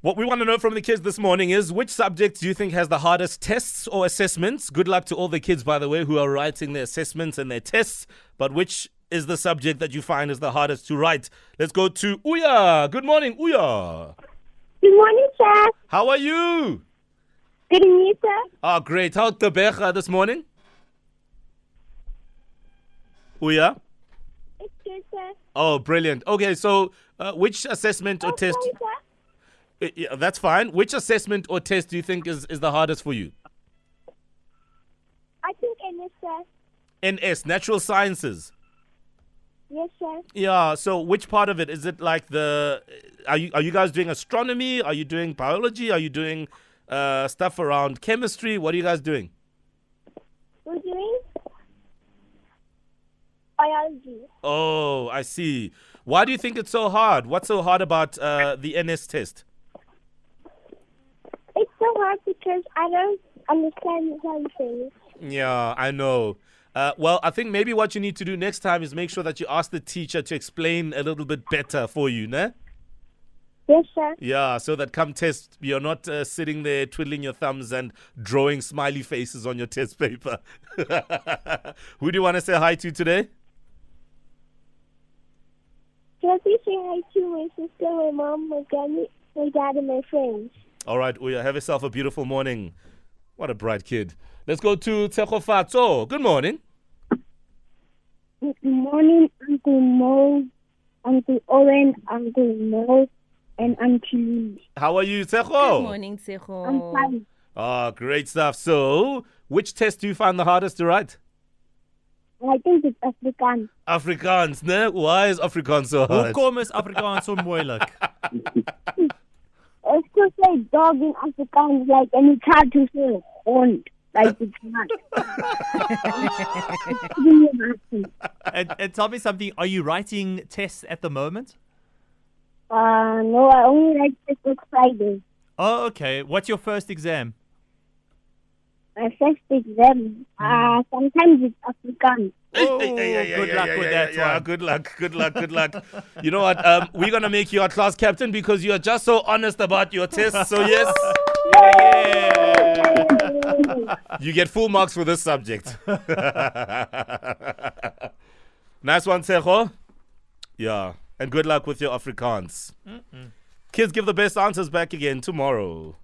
What we want to know from the kids this morning is which subject do you think has the hardest tests or assessments? Good luck to all the kids, by the way, who are writing their assessments and their tests. But which is the subject that you find is the hardest to write? Let's go to Uya. Good morning, Uya. Good morning, sir. How are you? Good evening, sir. Ah, great. How's the Becha this morning? Uya? It's good, sir. Oh, brilliant. Okay, so uh, which assessment or test? Sorry, sir. Uh, yeah, that's fine. Which assessment or test do you think is, is the hardest for you? I think NS, sir. NS, natural sciences. Yes, sir. Yeah. So, which part of it is it? Like the are you are you guys doing astronomy? Are you doing biology? Are you doing uh, stuff around chemistry? What are you guys doing? We're doing biology. Oh, I see. Why do you think it's so hard? What's so hard about uh, the NS test? It's so hard because I don't understand something. Yeah, I know. Uh, well, I think maybe what you need to do next time is make sure that you ask the teacher to explain a little bit better for you, ne? Yes, sir. Yeah, so that come test, you're not uh, sitting there twiddling your thumbs and drawing smiley faces on your test paper. Who do you want to say hi to today? Just say hi to my sister, my mom, my granny, my dad, and my friends. All right, Uya, have yourself a beautiful morning. What a bright kid. Let's go to Tekofatso. Good morning. Good morning, Uncle Mo, Uncle Owen, Uncle Mo, and Auntie Lee. How are you, Teko? Good morning, Tseho. Ah, great stuff. So, which test do you find the hardest to write? I think it's African. Afrikaans, ne? Why is Afrikaans so hard? Hoekom is Afrikaans so moeilik? Of course, like dog in Afrikaans, like, and it's hard to say horned. Like, it's not. And, and tell me something. Are you writing tests at the moment? uh, no, I only like this book Friday. Oh, okay. What's your first exam? My first exam. Uh, sometimes it's African. Oh, Hey, hey, hey, hey, good hey, luck hey, with hey, that yeah, one. Good luck, good luck, good luck. you know what? Um, we're gonna make you our class captain because you are just so honest about your tests. So yes, you get full marks for this subject. nice one, Sejo. Yeah, and good luck with your Afrikaans. Kids, give the best answers back again tomorrow.